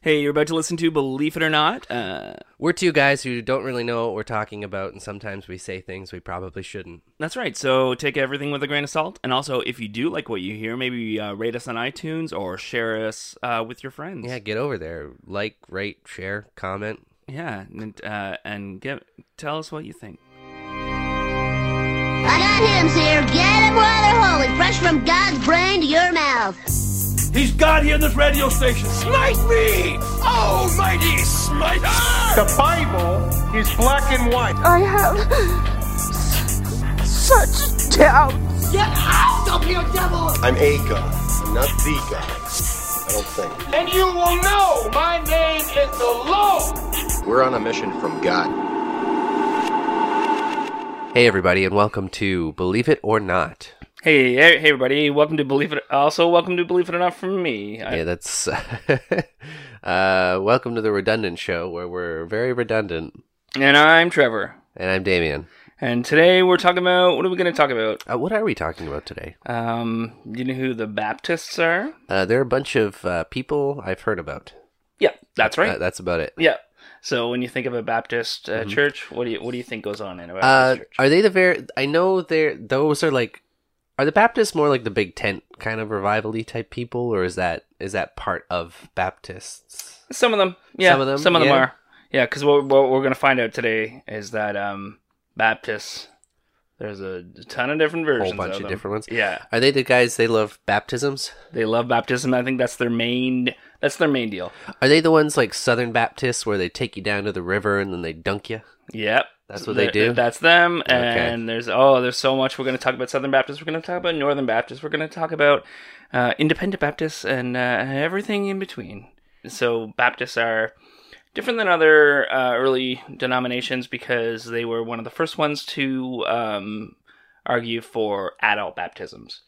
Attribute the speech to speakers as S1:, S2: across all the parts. S1: Hey, you're about to listen to Believe It or Not. Uh,
S2: We're two guys who don't really know what we're talking about, and sometimes we say things we probably shouldn't.
S1: that's right. So take everything with a grain of salt. And also, if you do like what you hear, maybe uh, rate us on iTunes or share us uh, with your friends.
S2: Yeah, get over there. Like, rate, share, comment.
S1: yeah, and, uh, and get, tell us what you think.
S3: Anonyms here, get it while they're holy, fresh from God's brain to your mouth.
S4: He's God here in this radio station. Smite me! Almighty smiter!
S5: The Bible is black and white.
S6: I have such doubt.
S4: Get out of here, devil!
S7: I'm a god. I'm not the god. I don't think.
S4: And you will know my name is the Lord!
S7: We're on a mission from God.
S2: Hey, everybody, and welcome to Believe It or Not.
S1: Hey, hey, hey, everybody. Welcome to Believe It. Also, welcome to Believe It or Not from me. I-
S2: Yeah, that's. uh, welcome to the Redundant Show, where we're very redundant.
S1: and I'm Trevor.
S2: And I'm Damien.
S1: And today we're talking about what are we going to talk about?
S2: Uh, what are we talking about today?
S1: Um, you know who the Baptists are?
S2: Uh, there are a bunch of uh, people I've heard about.
S1: Yeah, that's right.
S2: Uh, that's about it.
S1: yeah. So when you think of a Baptist uh, church, what do you what do you think goes on in a
S2: Uh,
S1: Baptist church?
S2: are they the very? I know they're those are like. Are the Baptists more like the big tent kind of revivally type people, or is that is that part of Baptists?
S1: Some of them, yeah. Some of them,
S2: yeah.
S1: are, yeah. Because what, what we're going to find out today is that um, Baptists, there's a ton of different
S2: A
S1: versions.
S2: whole bunch of
S1: them.
S2: different ones.
S1: Yeah,
S2: Are they the guys they love baptisms?
S1: they love baptism. I think that's their main. That's their main deal.
S2: Are they the ones like Southern Baptists where they take you down to the river and then they dunk you?
S1: Yep.
S2: That's what they
S1: Th-
S2: do?
S1: That's them.
S2: Okay.
S1: And there's oh, there's so much we're going to talk about Southern Baptists. We're going to talk about Northern Baptists. We're going to talk about uh, Independent Baptists and uh, everything in between. So Baptists are different than other uh, early denominations because they were one of the first ones to um, argue for adult baptisms.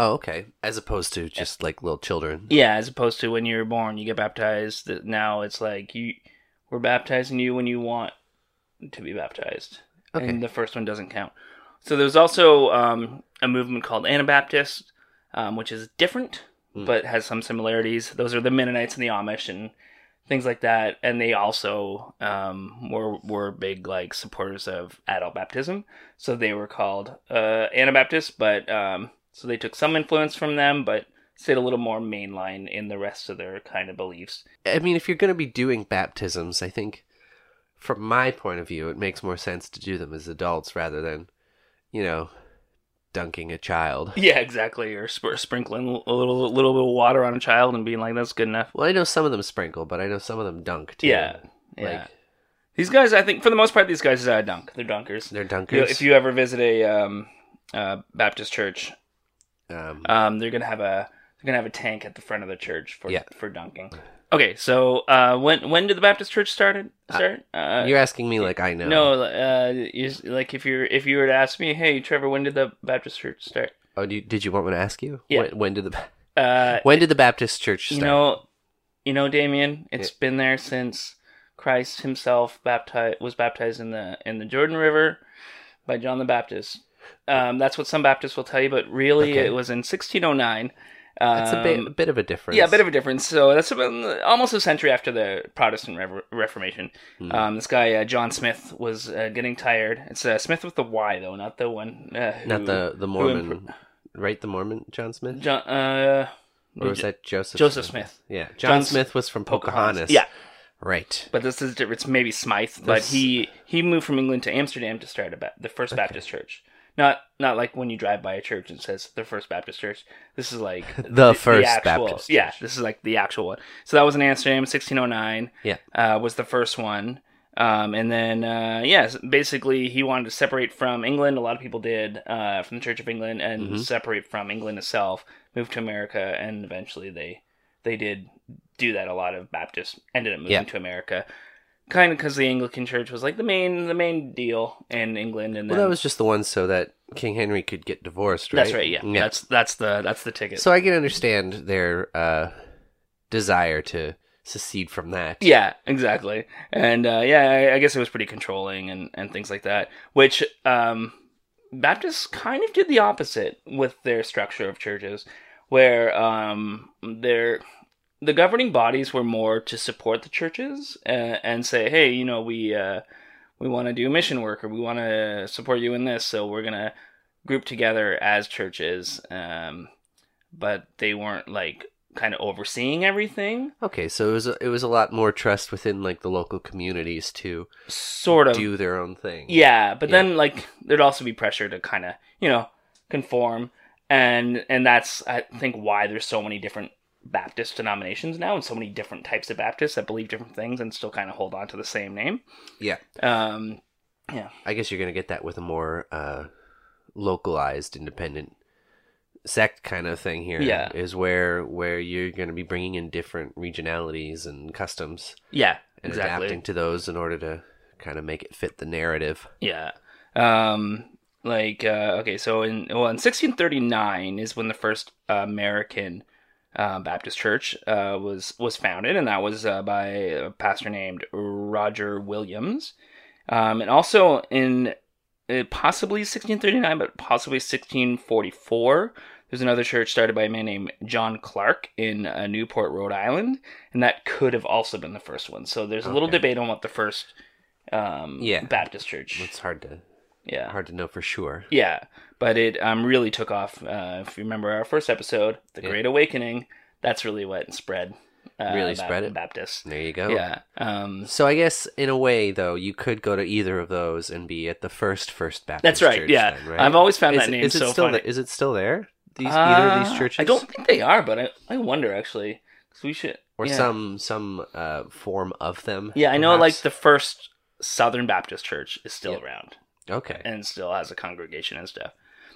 S2: Oh, okay. As opposed to just like little children.
S1: Yeah, as opposed to when you're born, you get baptized. Th- Now it's like you, we're baptizing you when you want to be baptized,
S2: Okay.
S1: and the first one doesn't count. So there's also um, a movement called Anabaptist, um, which is different but has some similarities. Those are the Mennonites and the Amish and things like that, and they also um, were were big like supporters of adult baptism. So they were called uh, Anabaptists, but um, so they took some influence from them, but stayed a little more mainline in the rest of their kind of beliefs.
S2: I mean, if you're going to be doing baptisms, I think from my point of view, it makes more sense to do them as adults rather than, you know, dunking a child.
S1: Yeah, exactly. Or sp- sprinkling a little little bit of water on a child and being like, "That's good enough."
S2: Well, I know some of them sprinkle, but I know some of them dunk too.
S1: Yeah, yeah.
S2: Like
S1: These guys, I think, for the most part, these guys uh, dunk. They're dunkers.
S2: they're
S1: You-
S2: dunkers.
S1: if you ever visit a um, uh, Baptist church,
S2: um,
S1: Um, they're gonna have a they're gonna have a tank at the front of the church for
S2: Yeah.
S1: for dunking. Okay, so uh, when when did the Baptist Church started start? Uh,
S2: you're asking me like I know.
S1: no, uh, you, like if you're if you were to ask me, hey Trevor, when did the Baptist Church start?
S2: Oh, do you, did you want me to ask you?
S1: Yeah.
S2: When, when did the
S1: Uh,
S2: When did the Baptist Church
S1: you
S2: start?
S1: know, you know, Damien, it's been there since Christ himself baptized was baptized in the in the Jordan River by John the Baptist. Um, that's what some Baptists will tell you, but really,
S2: Okay.
S1: it was in 1609.
S2: That's a bit,
S1: um,
S2: a bit of a difference.
S1: Yeah, a bit of a difference. So that's about almost a century after the Protestant Rev- Reformation.
S2: Hmm.
S1: Um, this guy uh, John Smith was uh, getting tired. It's uh, Smith with the Y though, not the one. Uh, who,
S2: Not the the
S1: who
S2: Mormon,
S1: impro-
S2: right? The Mormon John Smith,
S1: John, uh,
S2: or was that Joseph?
S1: Joseph Smith.
S2: Yeah, John,
S1: John S-
S2: Smith was from Pocahontas.
S1: Yeah,
S2: right.
S1: but this is different. It's maybe Smythe, but
S2: This-
S1: he he moved from England to Amsterdam to start a ba- the first Baptist church. Not not like when you drive by a church and it says the first Baptist church. This is like
S2: The first Baptist
S1: Yeah,
S2: church.
S1: this is like the actual one. So that was in Amsterdam, 1609.
S2: Yeah.
S1: uh, was the first one. Um, and then, uh, yes, basically he wanted to separate from England. A lot of people did uh,
S2: Mm-hmm.
S1: from the Church of England and separate from England itself, move to America, and eventually they they did do that a lot of Baptists ended up moving
S2: Yeah.
S1: to America, kind of because the Anglican Church was like the main the main deal in England, and
S2: Well,
S1: then
S2: that was just the one so that King Henry could get divorced, right?
S1: that's right, yeah, that's that's the that's the ticket.
S2: so I can understand their uh, desire to secede from that.
S1: Yeah, exactly. And uh, yeah, I, I guess it was pretty controlling and, and things like that. Which um, Baptists kind of did the opposite with their structure of churches, where um, their the governing bodies were more to support the churches and, and say, hey, you know, we uh, we want to do mission work or we want to support you in this, so we're gonna group together as churches. Um, but they weren't like kind of overseeing everything,
S2: Okay, so it was a, it was a lot more trust within like the local communities to
S1: sort of.
S2: do their own thing.
S1: Um, Yeah, but
S2: Yeah.
S1: then like there'd also be pressure to kind of you know conform, and and that's I think why there's so many different Baptist denominations now, and so many different types of Baptists that believe different things and still kind of hold on to the same name.
S2: yeah.
S1: Um,
S2: I guess you're gonna get that with a more uh, localized, independent sect kind of thing here.
S1: Yeah.
S2: is where where you're gonna be bringing in different regionalities and customs
S1: yeah,
S2: and
S1: exactly.
S2: adapting to those in order to kind of make it fit the narrative.
S1: Yeah. Um like uh okay, so in well in 1639 is when the first American uh, Baptist church uh was was founded and that was uh, by a pastor named Roger Williams. Um and also in uh, possibly 1639 but possibly 1644 there's another church started by a man named John Clark in uh, Newport, Rhode Island, and that could have also been the first one. So there's a little
S2: Okay.
S1: debate on what the first um,
S2: Yeah.
S1: Baptist church.
S2: It's hard to
S1: yeah,
S2: hard to know for sure.
S1: yeah, but it um, really took off. Uh, if you remember our first episode, the
S2: Yeah.
S1: Great Awakening, that's really what spread. Uh,
S2: Really spread it.
S1: Baptist.
S2: There you go.
S1: Yeah. Um,
S2: So I guess in a way though, you could go to either of those and be at the first First Baptist.
S1: That's right,
S2: Church
S1: yeah.
S2: then, right?
S1: I've always found
S2: Is-
S1: that name
S2: is it
S1: so
S2: still
S1: funny.
S2: the- is it still there? These either of
S1: uh,
S2: these churches?
S1: I don't think they are, but I, I wonder actually 'cause we should
S2: or
S1: yeah.
S2: some some uh, form of them.
S1: Yeah, I know. Like
S2: perhaps?
S1: the first Southern Baptist Church is still
S2: Yeah.
S1: around.
S2: okay.
S1: and still has a congregation and stuff.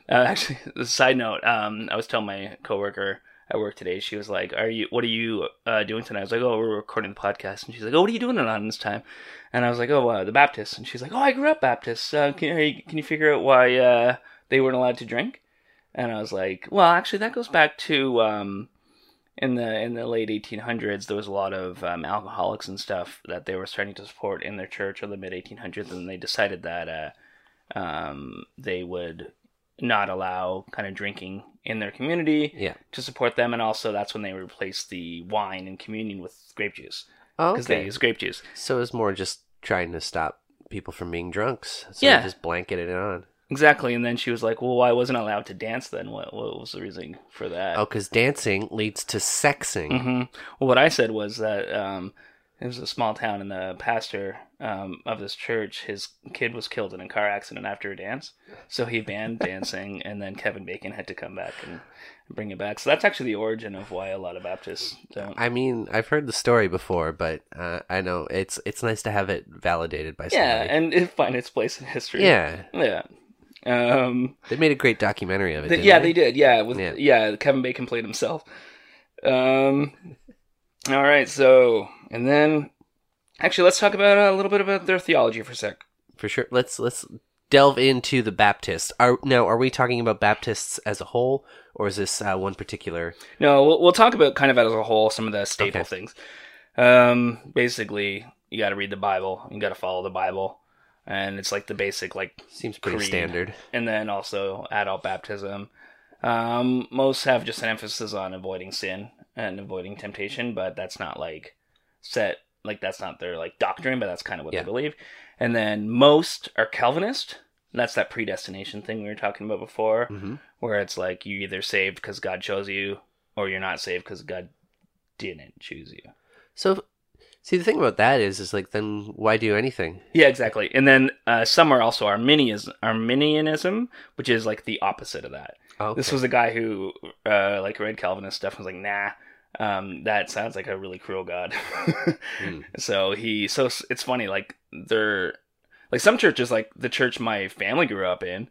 S1: Uh, actually, side note, um, I was telling my coworker at work today. She was like, "Are you? What are you uh, doing tonight?" I was like, "Oh, we're recording the podcast." And she's like, "Oh, what are you doing it on this time?" And I was like, "Oh, uh, the Baptists." And she's like, "Oh, I grew up Baptist. Uh, can, hey, can you figure out why uh, they weren't allowed to drink?" And I was like, "Well, actually, that goes back to." Um, in the in the late 1800s there was a lot of um, alcoholics and stuff that they were starting to support in their church or the mid 1800s and they decided that uh, um, they would not allow kind of drinking in their community
S2: Yeah.
S1: to support them and also that's when they replaced the wine and communion with grape juice
S2: Oh,
S1: because they
S2: okay.
S1: use grape juice
S2: So it's more just trying to stop people from being drunks. So
S1: Yeah.
S2: they just blanketed it on.
S1: exactly and then she was like well I wasn't allowed to dance then what, what was the reason for that
S2: Oh, because dancing leads to sexing.
S1: hmm Well, what I said was that um, it was a small town, and the pastor um, of this church, his kid was killed in a car accident after a dance, so he banned dancing, and then Kevin Bacon had to come back and bring it back. So that's actually the origin of why a lot of Baptists don't.
S2: I mean, I've heard the story before, but uh, I know it's it's nice to have it validated by somebody.
S1: yeah, and it find its place in history.
S2: yeah.
S1: yeah. Um,
S2: They made a great documentary of it.
S1: th-
S2: didn't
S1: yeah, they
S2: they?
S1: did. Yeah, with,
S2: Yeah.
S1: yeah, Kevin Bacon played himself. Um, all right, so and then actually, let's talk about uh, a little bit about their theology for a sec.
S2: for sure. Let's let's delve into the Baptists. Are now are we talking about Baptists as a whole, or is this uh, one particular?
S1: No, we'll, we'll talk about kind of as a whole some of the staple
S2: Okay.
S1: things. Um, basically, you got to read the Bible, you got to follow the Bible, and it's like the basic like,
S2: Seems pretty
S1: Creed.
S2: standard.
S1: and then also adult baptism. Um, most have just an emphasis on avoiding sin and avoiding temptation, but that's not like set like that's not their like doctrine, but that's kind of what
S2: Yeah.
S1: they believe. And then most are Calvinist. That's that predestination thing we were talking about before
S2: hmm
S1: where it's like you either saved because God chose you, or you're not saved because God didn't choose you.
S2: So, see, the thing about that is, is like, then why do anything?
S1: Yeah, exactly. And then uh, some are also Arminianism, Arminianism, which is like the opposite of that.
S2: Oh,
S1: This
S2: okay.
S1: was a guy who uh, like read Calvinist stuff and was like, nah. Um, that sounds like a really cruel God.
S2: Hmm.
S1: So he, so s- it's funny, like they're, like some churches, like the church my family grew up in,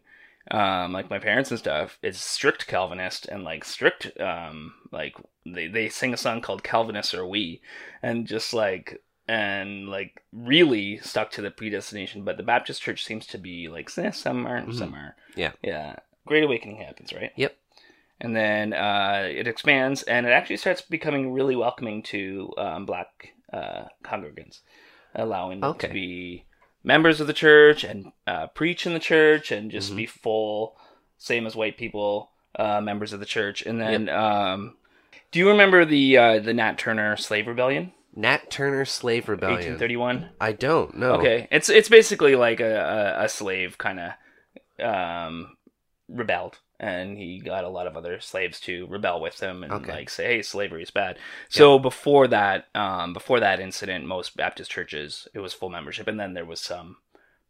S1: um, like my parents and stuff, is strict Calvinist and like strict, um, like they, they sing a song called Calvinists Are We, and just like and like really stuck to the predestination. But the Baptist Church seems to be like eh, some are,
S2: Mhm.
S1: some are.
S2: Yeah.
S1: yeah. Great Awakening happens, right?
S2: Yep.
S1: And then uh, it expands, and it actually starts becoming really welcoming to um, black uh, congregants, allowing them
S2: Okay.
S1: to be members of the church and uh, preach in the church and just be full, same as white people, uh, members of the church. And then, um, do you remember the uh, the Nat Turner slave rebellion,
S2: Nat Turner Slave Rebellion.
S1: eighteen thirty one?
S2: I don't know.
S1: Okay, it's it's basically like a a, a slave kind of um, rebelled, and he got a lot of other slaves to rebel with him and
S2: Okay.
S1: like say, "Hey, slavery is bad." So before that, um, before that incident, most Baptist churches it was full membership, and then there was some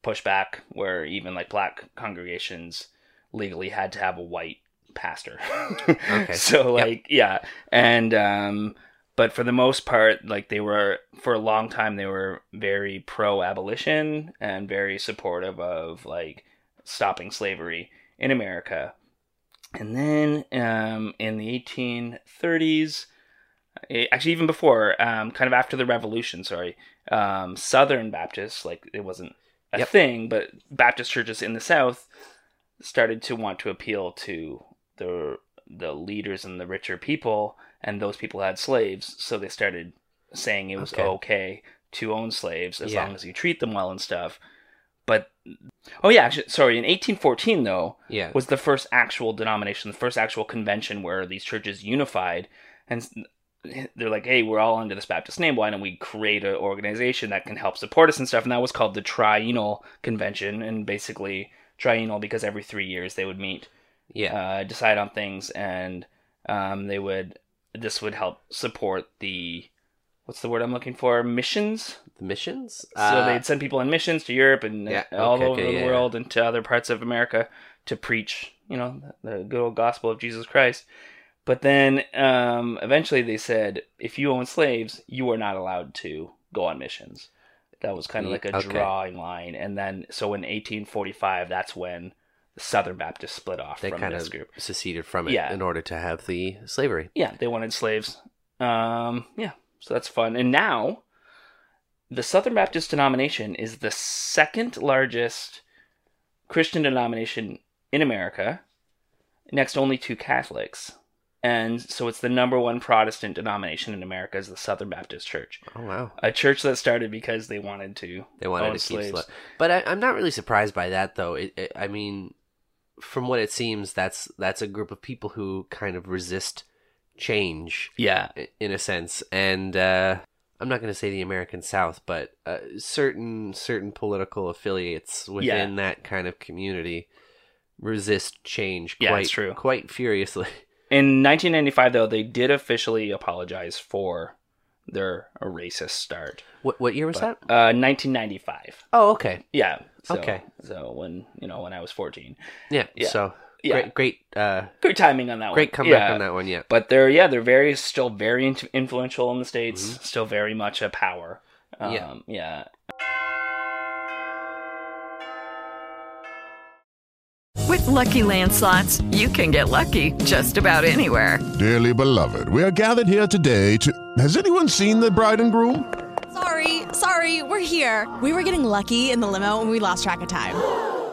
S1: pushback where even like black congregations legally had to have a white pastor.
S2: Okay.
S1: So
S2: Yep.
S1: like yeah, and um but for the most part like they were for a long time they were very pro abolition and very supportive of like stopping slavery in America. And then um in the 1830s eh, actually even before um kind of after the revolution, sorry, um southern Baptists like it wasn't a
S2: Yep.
S1: thing, but Baptist churches in the south started to want to appeal to the the leaders and the richer people, and those people had slaves, so they started saying it was
S2: Okay.
S1: okay, to own slaves as
S2: Yeah.
S1: long as you treat them well and stuff. But oh yeah, actually, sorry, in 1814 though
S2: Yeah.
S1: was the first actual denomination, the first actual convention where these churches unified, and s- they're like, hey, we're all under this Baptist name. Why don't we create an organization that can help support us and stuff? And that was called the Triennial Convention, and basically triennial because every three years they would meet
S2: yeah.
S1: uh, decide on things, and um, they would. This would help support the what's the word I'm looking for missions.
S2: the missions.
S1: so
S2: Uh,
S1: they'd send people on missions to Europe and
S2: Yeah,
S1: all
S2: okay,
S1: over
S2: okay,
S1: the
S2: yeah.
S1: world and to other parts of America to preach, you know, the the good old gospel of Jesus Christ. But then um, eventually they said, if you own slaves, you are not allowed to go on missions. That was kind of
S2: Ye-
S1: like a
S2: okay.
S1: drawing line. And then, so in 1845, that's when the Southern Baptists split off
S2: they
S1: from
S2: kind
S1: this
S2: of
S1: group.
S2: seceded from it
S1: Yeah.
S2: in order to have the slavery.
S1: Yeah, they wanted slaves. Um, yeah, so that's fun. And now, the Southern Baptist denomination is the second largest Christian denomination in America, next only to Catholics. And so it's the number one Protestant denomination in America is the Southern Baptist Church,
S2: Oh wow.
S1: a church that started because they wanted to
S2: They wanted
S1: own
S2: to keep
S1: slaves.
S2: slaves. But I, I'm not really surprised by that, though. It, it, I mean, from what it seems, that's that's a group of people who kind of resist change
S1: Yeah,
S2: i- in a sense, and uh, I'm not going to say the American South, but uh, certain certain political affiliates within that kind of community resist change quite
S1: Yeah, it's true.
S2: quite furiously.
S1: In 1995, though, they did officially apologize for their racist start.
S2: What what year was
S1: But,
S2: that?
S1: uh, 1995.
S2: Oh, okay,
S1: Yeah. So,
S2: Okay.
S1: So when you know when I was 14,
S2: yeah.
S1: Yeah.
S2: So
S1: Yeah.
S2: great, great, uh,
S1: good timing on that one.
S2: great comeback
S1: Yeah.
S2: on that one. Yeah,
S1: But they're yeah they're very still very in- influential in the states. Still very much a power. Um,
S2: Yeah.
S1: yeah.
S6: With Lucky Land slots, you can get lucky just about anywhere.
S8: Dearly beloved, we are gathered here today to. Has anyone seen the bride and groom?
S9: Sorry, sorry, we're here. We were getting lucky in the limo and we lost track of time.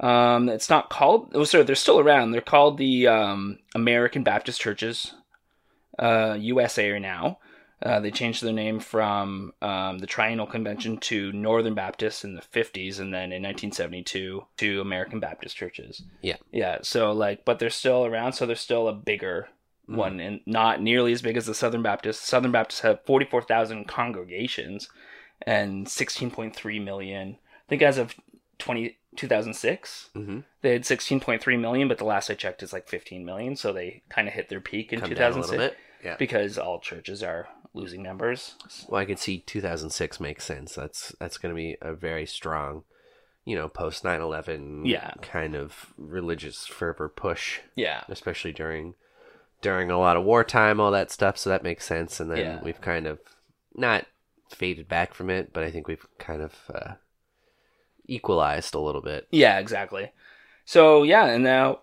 S1: Um, it's not called. Oh, sorry, they're still around. They're called the um, American Baptist Churches, uh, USA now. Uh, they changed their name from um, the Triennial Convention to Northern Baptists in the 50s, and then in 1972 to American Baptist Churches.
S2: Yeah.
S1: Yeah. So like, but they're still around. So they're still a bigger
S2: Mm.
S1: one, and not nearly as big as the Southern Baptists. Southern Baptists have 44,000 congregations and 16.3 million. I think as of 20 2006. Mm-hmm. They had 16.3 million, but the last I checked is like 15 million. So they kind of hit their peak in
S2: Come down a little
S1: 2006
S2: bit, yeah.
S1: because all churches are losing members.
S2: Well, I could see 2006 makes sense. That's that's going to be a very strong, you know, post 9/11
S1: Yeah.
S2: kind of religious fervor push.
S1: Yeah.
S2: especially during during a lot of wartime, all that stuff. So that makes sense. And then
S1: Yeah.
S2: we've kind of not faded back from it, but I think we've kind of uh, equalized a little bit.
S1: Yeah, exactly. So yeah, and now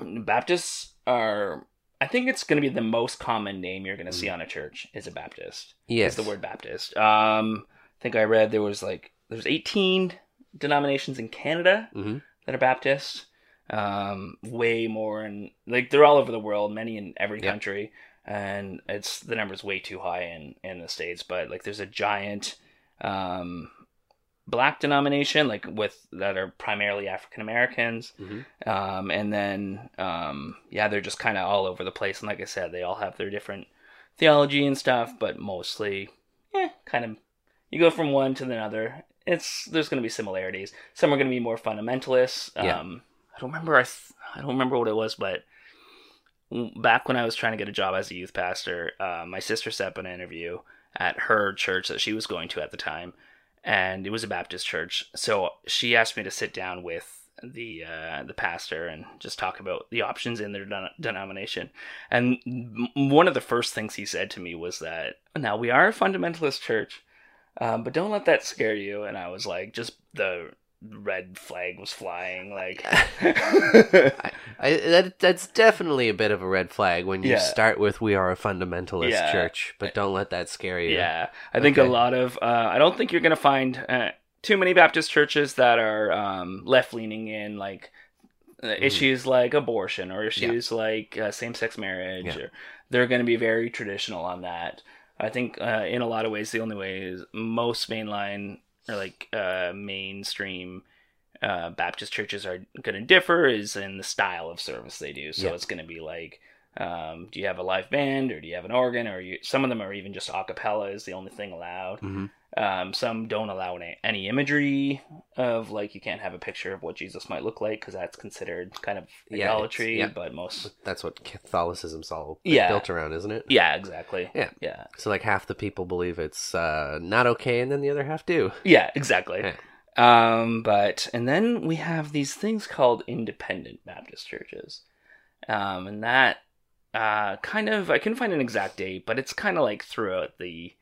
S1: Baptists are. I think it's going to be the most common name you're going to see on a church is a Baptist.
S2: Yes.
S1: is the word Baptist. Um, I think I read there was like there's 18 denominations in Canada
S2: Mhm.
S1: that are Baptist. Um, way more and like they're all over the world, many in every
S2: Yep.
S1: country, and it's the number's way too high in in the states. But like there's a giant. Um, black denomination, like with that are primarily African Americans, um, and then um, yeah, they're just kind of all over the place. And like I said, they all have their different theology and stuff, but mostly, eh, kind of you go from one to another. It's there's going to be similarities. Some are going to be more fundamentalists.
S2: Yeah.
S1: Um, I don't remember. I th- I don't remember what it was, but back when I was trying to get a job as a youth pastor, uh, my sister set up an interview at her church that she was going to at the time, and it was a Baptist church. So she asked me to sit down with the uh, the pastor and just talk about the options in their den- denomination. And m- one of the first things he said to me was that now we are a fundamentalist church, um, but don't let that scare you. And I was like, just the red flag was flying, like.
S2: I, that, that's definitely a bit of a red flag when you
S1: Yeah.
S2: start with "We are a fundamentalist
S1: Yeah.
S2: church," but don't let that scare you.
S1: Yeah, I think a
S2: Okay.
S1: lot of. Uh, I don't think you're going to find uh, too many Baptist churches that are um, left leaning in like uh,
S2: Mm-hmm.
S1: issues like abortion or issues like uh, same sex marriage.
S2: Yeah.
S1: Or, they're going to be very traditional on that. I think uh, in a lot of ways, the only way is most mainline or like uh, mainstream. Uh, Baptist churches are going to differ is in the style of service they do. So
S2: Yeah.
S1: it's going to be like um, do you have a live band or do you have an organ or you, some of them are even just a cappella is the only thing allowed
S2: Mhm.
S1: um, some don't allow any, any imagery of like you can't have a picture of what jesus might look like because that's considered kind of
S2: Yeah, it's-
S1: idolatry
S2: yeah.
S1: but most
S2: that's what Catholicism's all
S1: Yeah.
S2: built around, isn't it?
S1: yeah exactly
S2: Yeah.
S1: yeah
S2: So like half the people believe it's uh, not okay, and then the other half do.
S1: yeah exactly
S2: Yeah.
S1: Um, but and then we have these things called independent Baptist churches, um, and that uh, kind of I couldn't find an exact date, but it's kind of like throughout the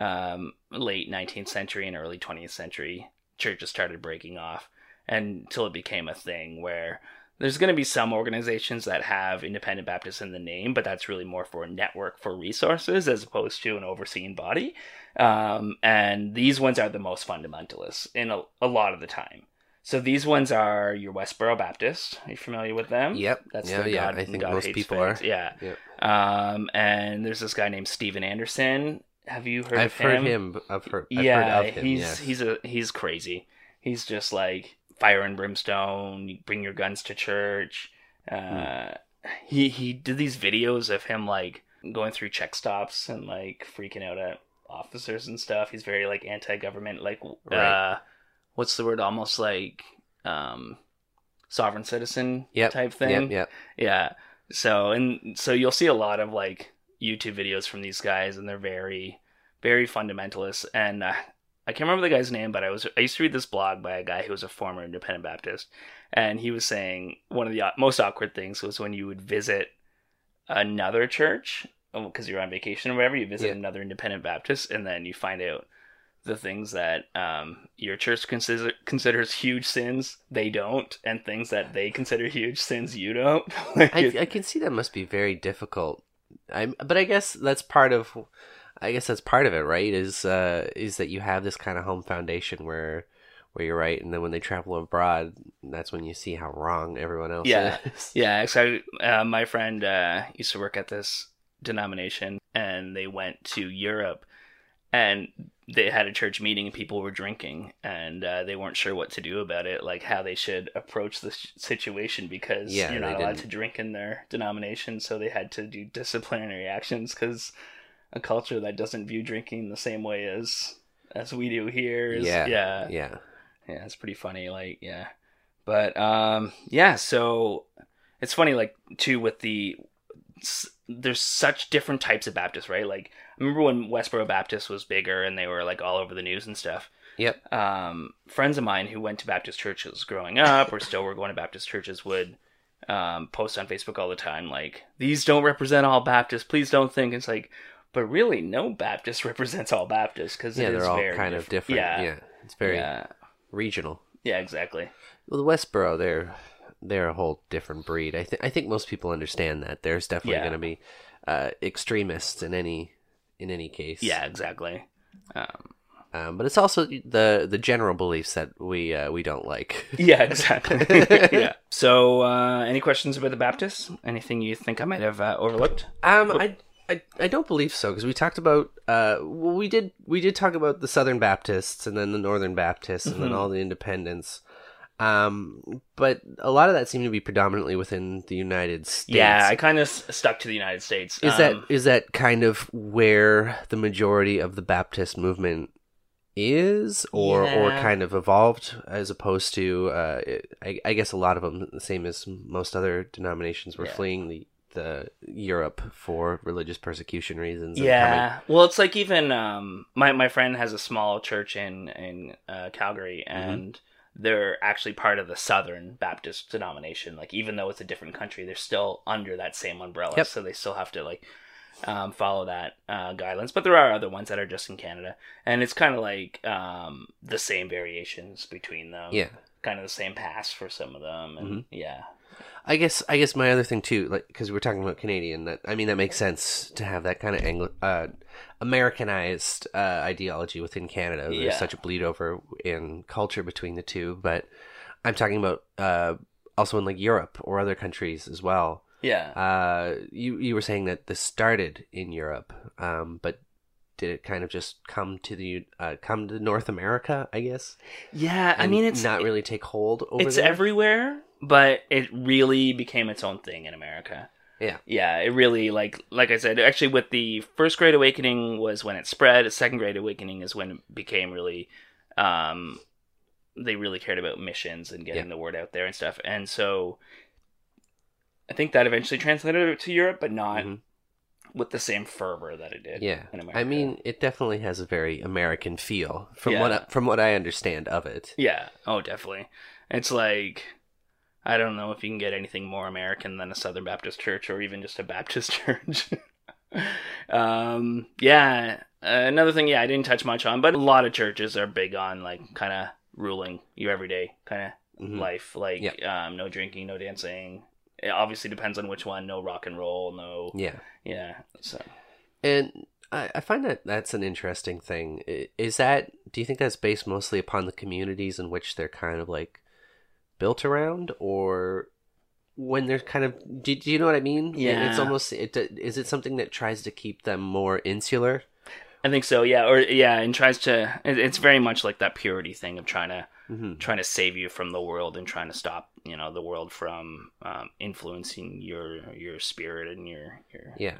S1: um, late 19th century and early 20th century, churches started breaking off until it became a thing where there's going to be some organizations that have independent Baptists in the name, but that's really more for a network for resources as opposed to an overseeing body um, and these ones are the most fundamentalists in a, a lot of the time. So these ones are your Westboro Baptist. Are you familiar with them?
S2: Yep. Yeah,
S1: the
S2: yeah, I think most
S1: hates
S2: people are.
S1: Yeah.
S2: Yep.
S1: Um, and there's this guy named Steven Anderson. Have you heard
S2: I've
S1: of
S2: heard
S1: him?
S2: him. b- I've heard. I've
S1: yeah,
S2: heard of him.
S1: he's
S2: yes.
S1: he's a he's crazy. He's just like fire and brimstone. you Bring your guns to church.
S2: Hmm.
S1: Uh, He he did these videos of him like going through check stops and like freaking out at officers and stuff. He's very like anti-government, like uh,
S2: Right.
S1: what's the word? Almost like um, sovereign citizen
S2: Yep,
S1: type thing.
S2: Yep, yep.
S1: Yeah. So and so you'll see a lot of like YouTube videos from these guys, and they're very, very fundamentalist. And uh, I can't remember the guy's name, but I was I used to read this blog by a guy who was a former Independent Baptist, and he was saying one of the au- most awkward things was when you would visit another church because you're on vacation or whatever, you visit
S2: Yeah.
S1: another Independent Baptist, and then you find out the things that um, your church consider- considers huge sins, they don't, and things that they consider huge sins, you don't. Like,
S2: I,
S1: it-
S2: I can see that must be very difficult. I but I guess that's part of. I guess that's part of it, right? Is uh, is that you have this kind of home foundation where where you're right, and then when they travel abroad, that's when you see how wrong everyone else
S1: yeah,
S2: is.
S1: yeah. So uh, my friend uh, used to work at this denomination, and they went to Europe, and they had a church meeting, and people were drinking, and uh, they weren't sure what to do about it, like how they should approach the s- situation because
S2: Yeah,
S1: you're
S2: they
S1: not allowed
S2: didn't.
S1: to drink in their denomination, so they had to do disciplinary actions because a culture that doesn't view drinking the same way as as we do here is
S2: yeah,
S1: yeah
S2: yeah.
S1: yeah, it's pretty funny. Like, yeah, But um, yeah, so it's funny, like too with the s- there's such different types of Baptists, right? Like I remember when Westboro Baptist was bigger and they were like all over the news and stuff.
S2: Yep.
S1: Um, friends of mine who went to Baptist churches growing up or still were going to Baptist churches would um, post on Facebook all the time, like these don't represent all Baptists. Please don't think it's like, but really, no Baptist represents all Baptists because
S2: yeah, they're all kind of different. Yeah, it's very
S1: Yeah.
S2: regional.
S1: Yeah, exactly.
S2: Well, the Westboro, they're they're a whole different breed. I think I think most people understand that. There's definitely
S1: Yeah.
S2: going to be uh, extremists in any in any case.
S1: Yeah, exactly.
S2: Um, um, but it's also the the general beliefs that we uh, we don't like.
S1: Yeah, exactly. yeah. So, uh, any questions about the Baptists? Anything you think I might have uh, overlooked?
S2: Um, I, I I don't believe so because we talked about uh, well, we did we did talk about the Southern Baptists and then the Northern Baptists and then
S1: Mhm.
S2: all the Independents. Um, but a lot of that seemed to be predominantly within the United States.
S1: Yeah, I kind of s- stuck to the United States.
S2: is that
S1: Um,
S2: is that kind of where the majority of the Baptist movement is, or or
S1: Yeah.
S2: kind of evolved as opposed to? Uh, it- I, I guess a lot of them, the same as most other denominations, were
S1: Yeah.
S2: fleeing the the Europe for religious persecution reasons. and
S1: Yeah. Well, it's like even um, my my friend has a small church in in uh, Calgary,
S2: Mm-hmm.
S1: and they're actually part of the Southern Baptist denomination. Like, even though it's a different country, they're still under that same umbrella,
S2: Yep.
S1: so they still have to like um, follow that uh, guidelines. But there are other ones that are just in Canada, and it's kind of like um, the same variations between them.
S2: Yeah.
S1: Kind of the same pass for some of them, and
S2: Mhm.
S1: yeah,
S2: I guess I guess my other thing too, like because we're talking about Canadian, that I mean that makes sense to have that kind of Anglo- uh, Americanized uh, ideology within Canada. There's
S1: Yeah.
S2: such a bleed over in culture between the two, but I'm talking about uh, also in like Europe or other countries as well.
S1: yeah.
S2: Uh, you you were saying that this started in Europe, um, but did it kind of just come to the uh, come to North America? I guess.
S1: Yeah, I
S2: and
S1: mean, it's-
S2: not really take hold over
S1: it's
S2: there?
S1: everywhere, but it really became its own thing in America.
S2: Yeah.
S1: Yeah, it really like like I said, actually with the first grade awakening was when it spread, second grade awakening is when it became really um they really cared about missions and getting
S2: Yeah.
S1: the word out there and stuff. And so I think that eventually translated to Europe, but not
S2: Mm-hmm.
S1: with the same fervor that it did
S2: yeah
S1: in America.
S2: i mean it definitely has a very american feel from
S1: Yeah.
S2: what I, from what i understand of it
S1: Yeah. Oh, definitely. It's like I don't know if you can get anything more American than a Southern Baptist church or even just a Baptist church. um, yeah. Uh, another thing, yeah, I didn't touch much on, but a lot of churches are big on like kind of ruling your everyday kind of
S2: Mhm.
S1: life, like
S2: Yep.
S1: um, no drinking, no dancing. It obviously depends on which one. No rock and roll. No.
S2: yeah
S1: Yeah. So.
S2: and I, I find that that's an interesting thing I- is that do you think that's based mostly upon the communities in which they're kind of like built around or when they're kind of do, do you know what i mean It- it's
S1: Yeah.
S2: almost it is it something that tries to keep them more insular
S1: I think so, yeah, or yeah, and tries to. it- It's very much like that purity thing of trying to
S2: Mhm.
S1: trying to save you from the world and trying to stop you know the world from um, influencing your your spirit and your your
S2: yeah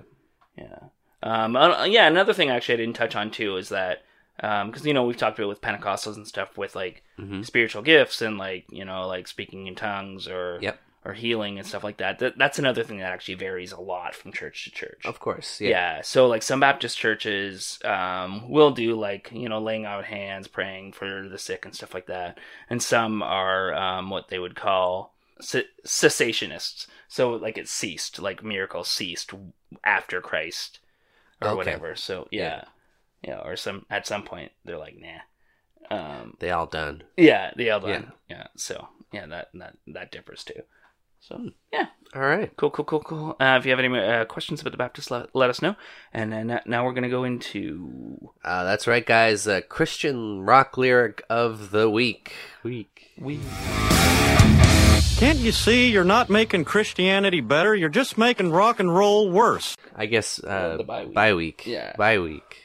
S1: yeah. Um, uh, yeah, another thing actually I didn't touch on too is that because you know we've talked about with Pentecostals and stuff with like
S2: Mhm.
S1: spiritual gifts and like you know like speaking in tongues or
S2: Yep.
S1: or healing and stuff like that. That that's another thing that actually varies a lot from church to church.
S2: of course
S1: Yeah.
S2: yeah,
S1: So like some Baptist churches um, will do like you know laying out hands, praying for the sick and stuff like that, and some are um, what they would call ce- cessationists. So like it ceased, like miracles ceased after Christ or
S2: Okay.
S1: whatever. So yeah. yeah, Or some at some point they're like nah. Um,
S2: they all done
S1: yeah, the elder. Yeah. yeah. So yeah, that that that differs too. So yeah.
S2: all right
S1: Cool, cool, cool, cool. Uh, if you have any uh, questions about the Baptist, let, let us know. And then uh, now we're going to go into
S2: Uh, that's right, guys. Uh, Christian rock lyric of the week. Week.
S1: Week.
S10: Can't you see you're not making Christianity better? You're just making rock and roll worse.
S2: I guess uh,
S1: the
S2: bye
S1: bye
S2: week.
S1: week.
S2: Bye week.
S1: Yeah.
S2: Bye week.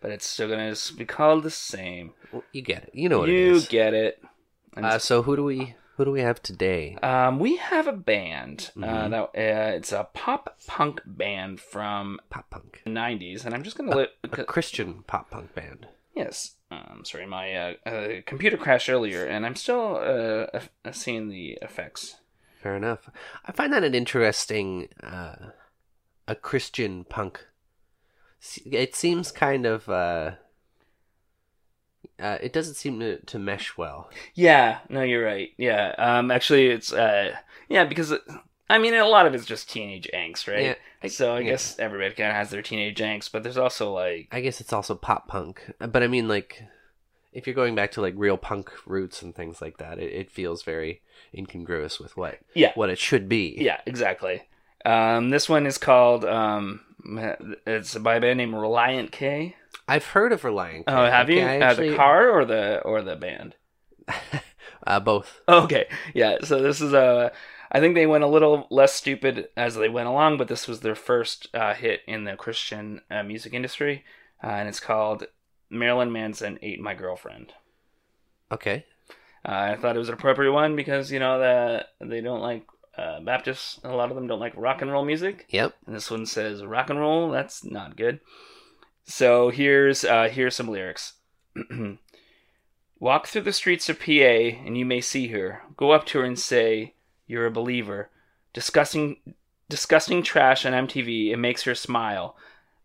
S1: but it's still going to be called the same.
S2: You get it. You know what it
S1: you
S2: is.
S1: get it.
S2: Uh, so who do we who do we have today?
S1: Um, we have a band. Uh,
S2: Mhm.
S1: that uh, it's a pop punk band from
S2: pop punk
S1: '90s, and I'm just going to li-
S2: A Christian pop punk band.
S1: Yes. Um, sorry, my uh, uh, computer crashed earlier, and I'm still uh, eff- uh, seeing the effects.
S2: Fair enough. I find that an interesting, uh, a Christian punk. S- It seems kind of, uh, uh, it doesn't seem to, to mesh well.
S1: Yeah, no, you're right. Yeah, um, actually, it's uh, yeah, because it- I mean, a lot of it's just teenage angst, right?
S2: Yeah,
S1: so I
S2: yeah.
S1: guess everybody kind of has their teenage angst, but there's also like,
S2: I guess it's also pop punk, but I mean, like, if you're going back to like real punk roots and things like that, it, it feels very incongruous with what
S1: Yeah.
S2: what it should be.
S1: yeah, exactly. Um, this one is called um, it's by a band named Reliant K.
S2: I've heard of Reliant. K.
S1: Oh, have you?
S2: Okay, I
S1: Uh,
S2: actually-
S1: the car or the or the band?
S2: Uh, both.
S1: Okay, yeah. So this is uh, I think they went a little less stupid as they went along, but this was their first uh, hit in the Christian uh, music industry, uh, and it's called "Marilyn Manson Ate My Girlfriend."
S2: Okay.
S1: Uh, I thought it was an appropriate one because you know that they don't like uh, Baptists. A lot of them don't like rock and roll music.
S2: Yep.
S1: And this one says rock and roll. That's not good. So here's uh, here's some lyrics. Walk through the streets of PA, and you may see her. Go up to her and say you're a believer. Discussing disgusting trash on MTV. It makes her smile.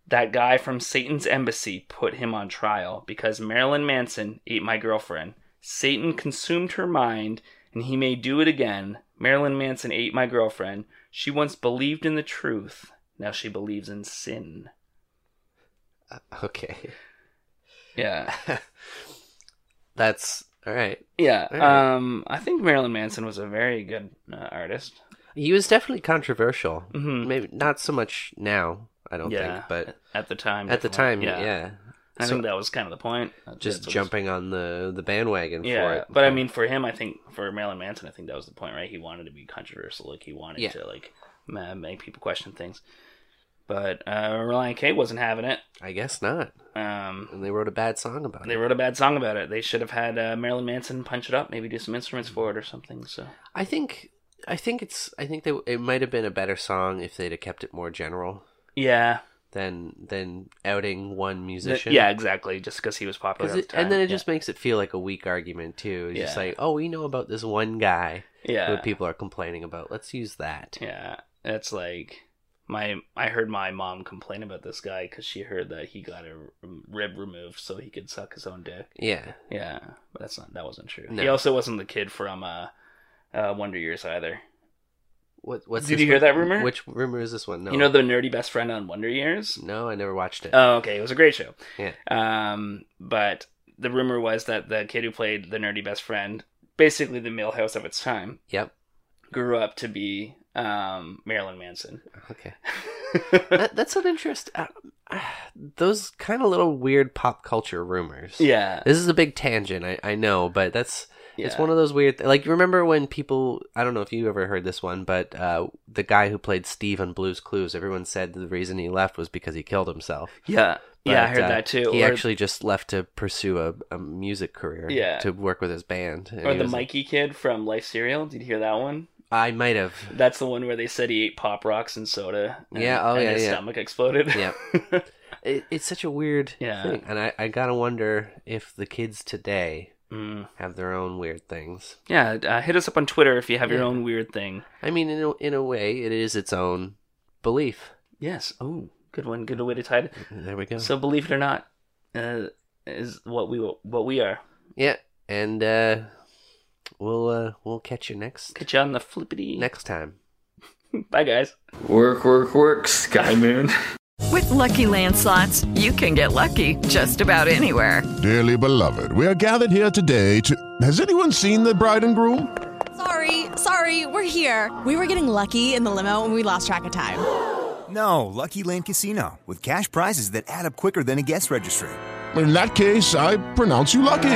S1: That guy from Satan's embassy put him on trial because Marilyn Manson ate my girlfriend. Satan consumed her mind, and he may do it again. Marilyn Manson ate my girlfriend. She once believed in the truth. Now she believes in sin.
S2: Okay.
S1: Yeah.
S2: That's all right.
S1: Yeah.
S2: All right.
S1: Um, I think Marilyn Manson was a very good uh, artist.
S2: he was definitely controversial.
S1: Mhm.
S2: Maybe not so much now. I don't
S1: Yeah,
S2: think, but
S1: at the time.
S2: at the time,
S1: definitely.
S2: yeah.
S1: I
S2: So
S1: think that was kind of the point.
S2: just
S1: That's what-
S2: jumping on the the bandwagon for
S1: Yeah,
S2: it.
S1: but I mean, for him, I think for Marilyn Manson, I think that was the point, right? He wanted to be controversial, like he wanted
S2: Yeah.
S1: to like ma- make people question things. But uh, Reliant K wasn't having it.
S2: I guess not.
S1: Um,
S2: And they wrote a bad song about
S1: they
S2: it.
S1: wrote a bad song about it. They should have had uh, Marilyn Manson punch it up, maybe do some instruments for it or something. So
S2: I think I think it's I think they it might have been a better song if they'd have kept it more general
S1: yeah,
S2: than than outing one
S1: Th-
S2: musician.
S1: yeah, exactly. Just because he was
S2: 'Cause
S1: popular, at
S2: it-
S1: the time.
S2: and then it
S1: Yeah.
S2: just makes it feel like a weak argument too. It's just
S1: Yeah.
S2: like, oh, we know about this one guy
S1: Yeah.
S2: who people are complaining about. Let's use that.
S1: Yeah, that's like my. I heard my mom complain about this guy because she heard that he got a rib removed so he could suck his own dick.
S2: Yeah.
S1: Yeah, but that's not. That wasn't true.
S2: No.
S1: He also wasn't the kid from uh, uh, Wonder Years either.
S2: What? What's
S1: Did
S2: this
S1: you hear
S2: one?
S1: that rumor?
S2: Which rumor is this one? No.
S1: You know the nerdy best friend on Wonder Years.
S2: No, I never watched it.
S1: Oh, okay. It was a great show.
S2: Yeah.
S1: Um, but the rumor was that the kid who played the nerdy best friend, basically the Millhouse of its time,
S2: Yep.
S1: grew up to be um, Marilyn Manson.
S2: Okay. that, that's an interest. Uh, uh, those kind of little weird pop culture rumors.
S1: Yeah.
S2: This is a big tangent. I, I know, but that's it's
S1: Yeah.
S2: one of those weird. Th- like you remember when people? I don't know if you ever heard this one, but uh, the guy who played Steve on Blue's Clues, everyone said the reason he left was because he killed himself.
S1: Yeah. yeah, I
S2: But,
S1: heard
S2: uh,
S1: that too.
S2: He
S1: Or-
S2: actually just left to pursue a, a music career.
S1: Yeah.
S2: To work with his band. And
S1: Or
S2: he
S1: the
S2: was like,
S1: Mikey kid from Life Serial. Did you hear that one?
S2: I might have.
S1: That's the one where they said he ate pop rocks and soda. And,
S2: Yeah, oh,
S1: and
S2: yeah,
S1: his
S2: yeah.
S1: stomach exploded.
S2: Yep. It, it's such a weird
S1: Yeah.
S2: thing, and I, I gotta wonder if the kids today
S1: Mm.
S2: have their own weird things.
S1: yeah. Uh, hit us up on Twitter if you have your
S2: Yeah.
S1: own weird thing.
S2: I mean, in a, in a way, it is its own belief.
S1: Yes. Oh, good one. Good way to tie it.
S2: There we go.
S1: So believe it or not, uh, is what we what we are.
S2: yeah, and uh, we'll uh, we'll catch you next
S1: Catch you on the flippity.
S2: next time.
S1: Bye, guys.
S11: Work, work, work, Sky Moon.
S6: With Lucky Land slots, you can get lucky just about anywhere.
S8: Dearly beloved, we are gathered here today to. Has anyone seen the bride and groom?
S9: Sorry, sorry, we're here. We were getting lucky in the limo and we lost track of time.
S12: No, Lucky Land Casino with cash prizes that add up quicker than a guest registry.
S8: In that case, I pronounce you lucky.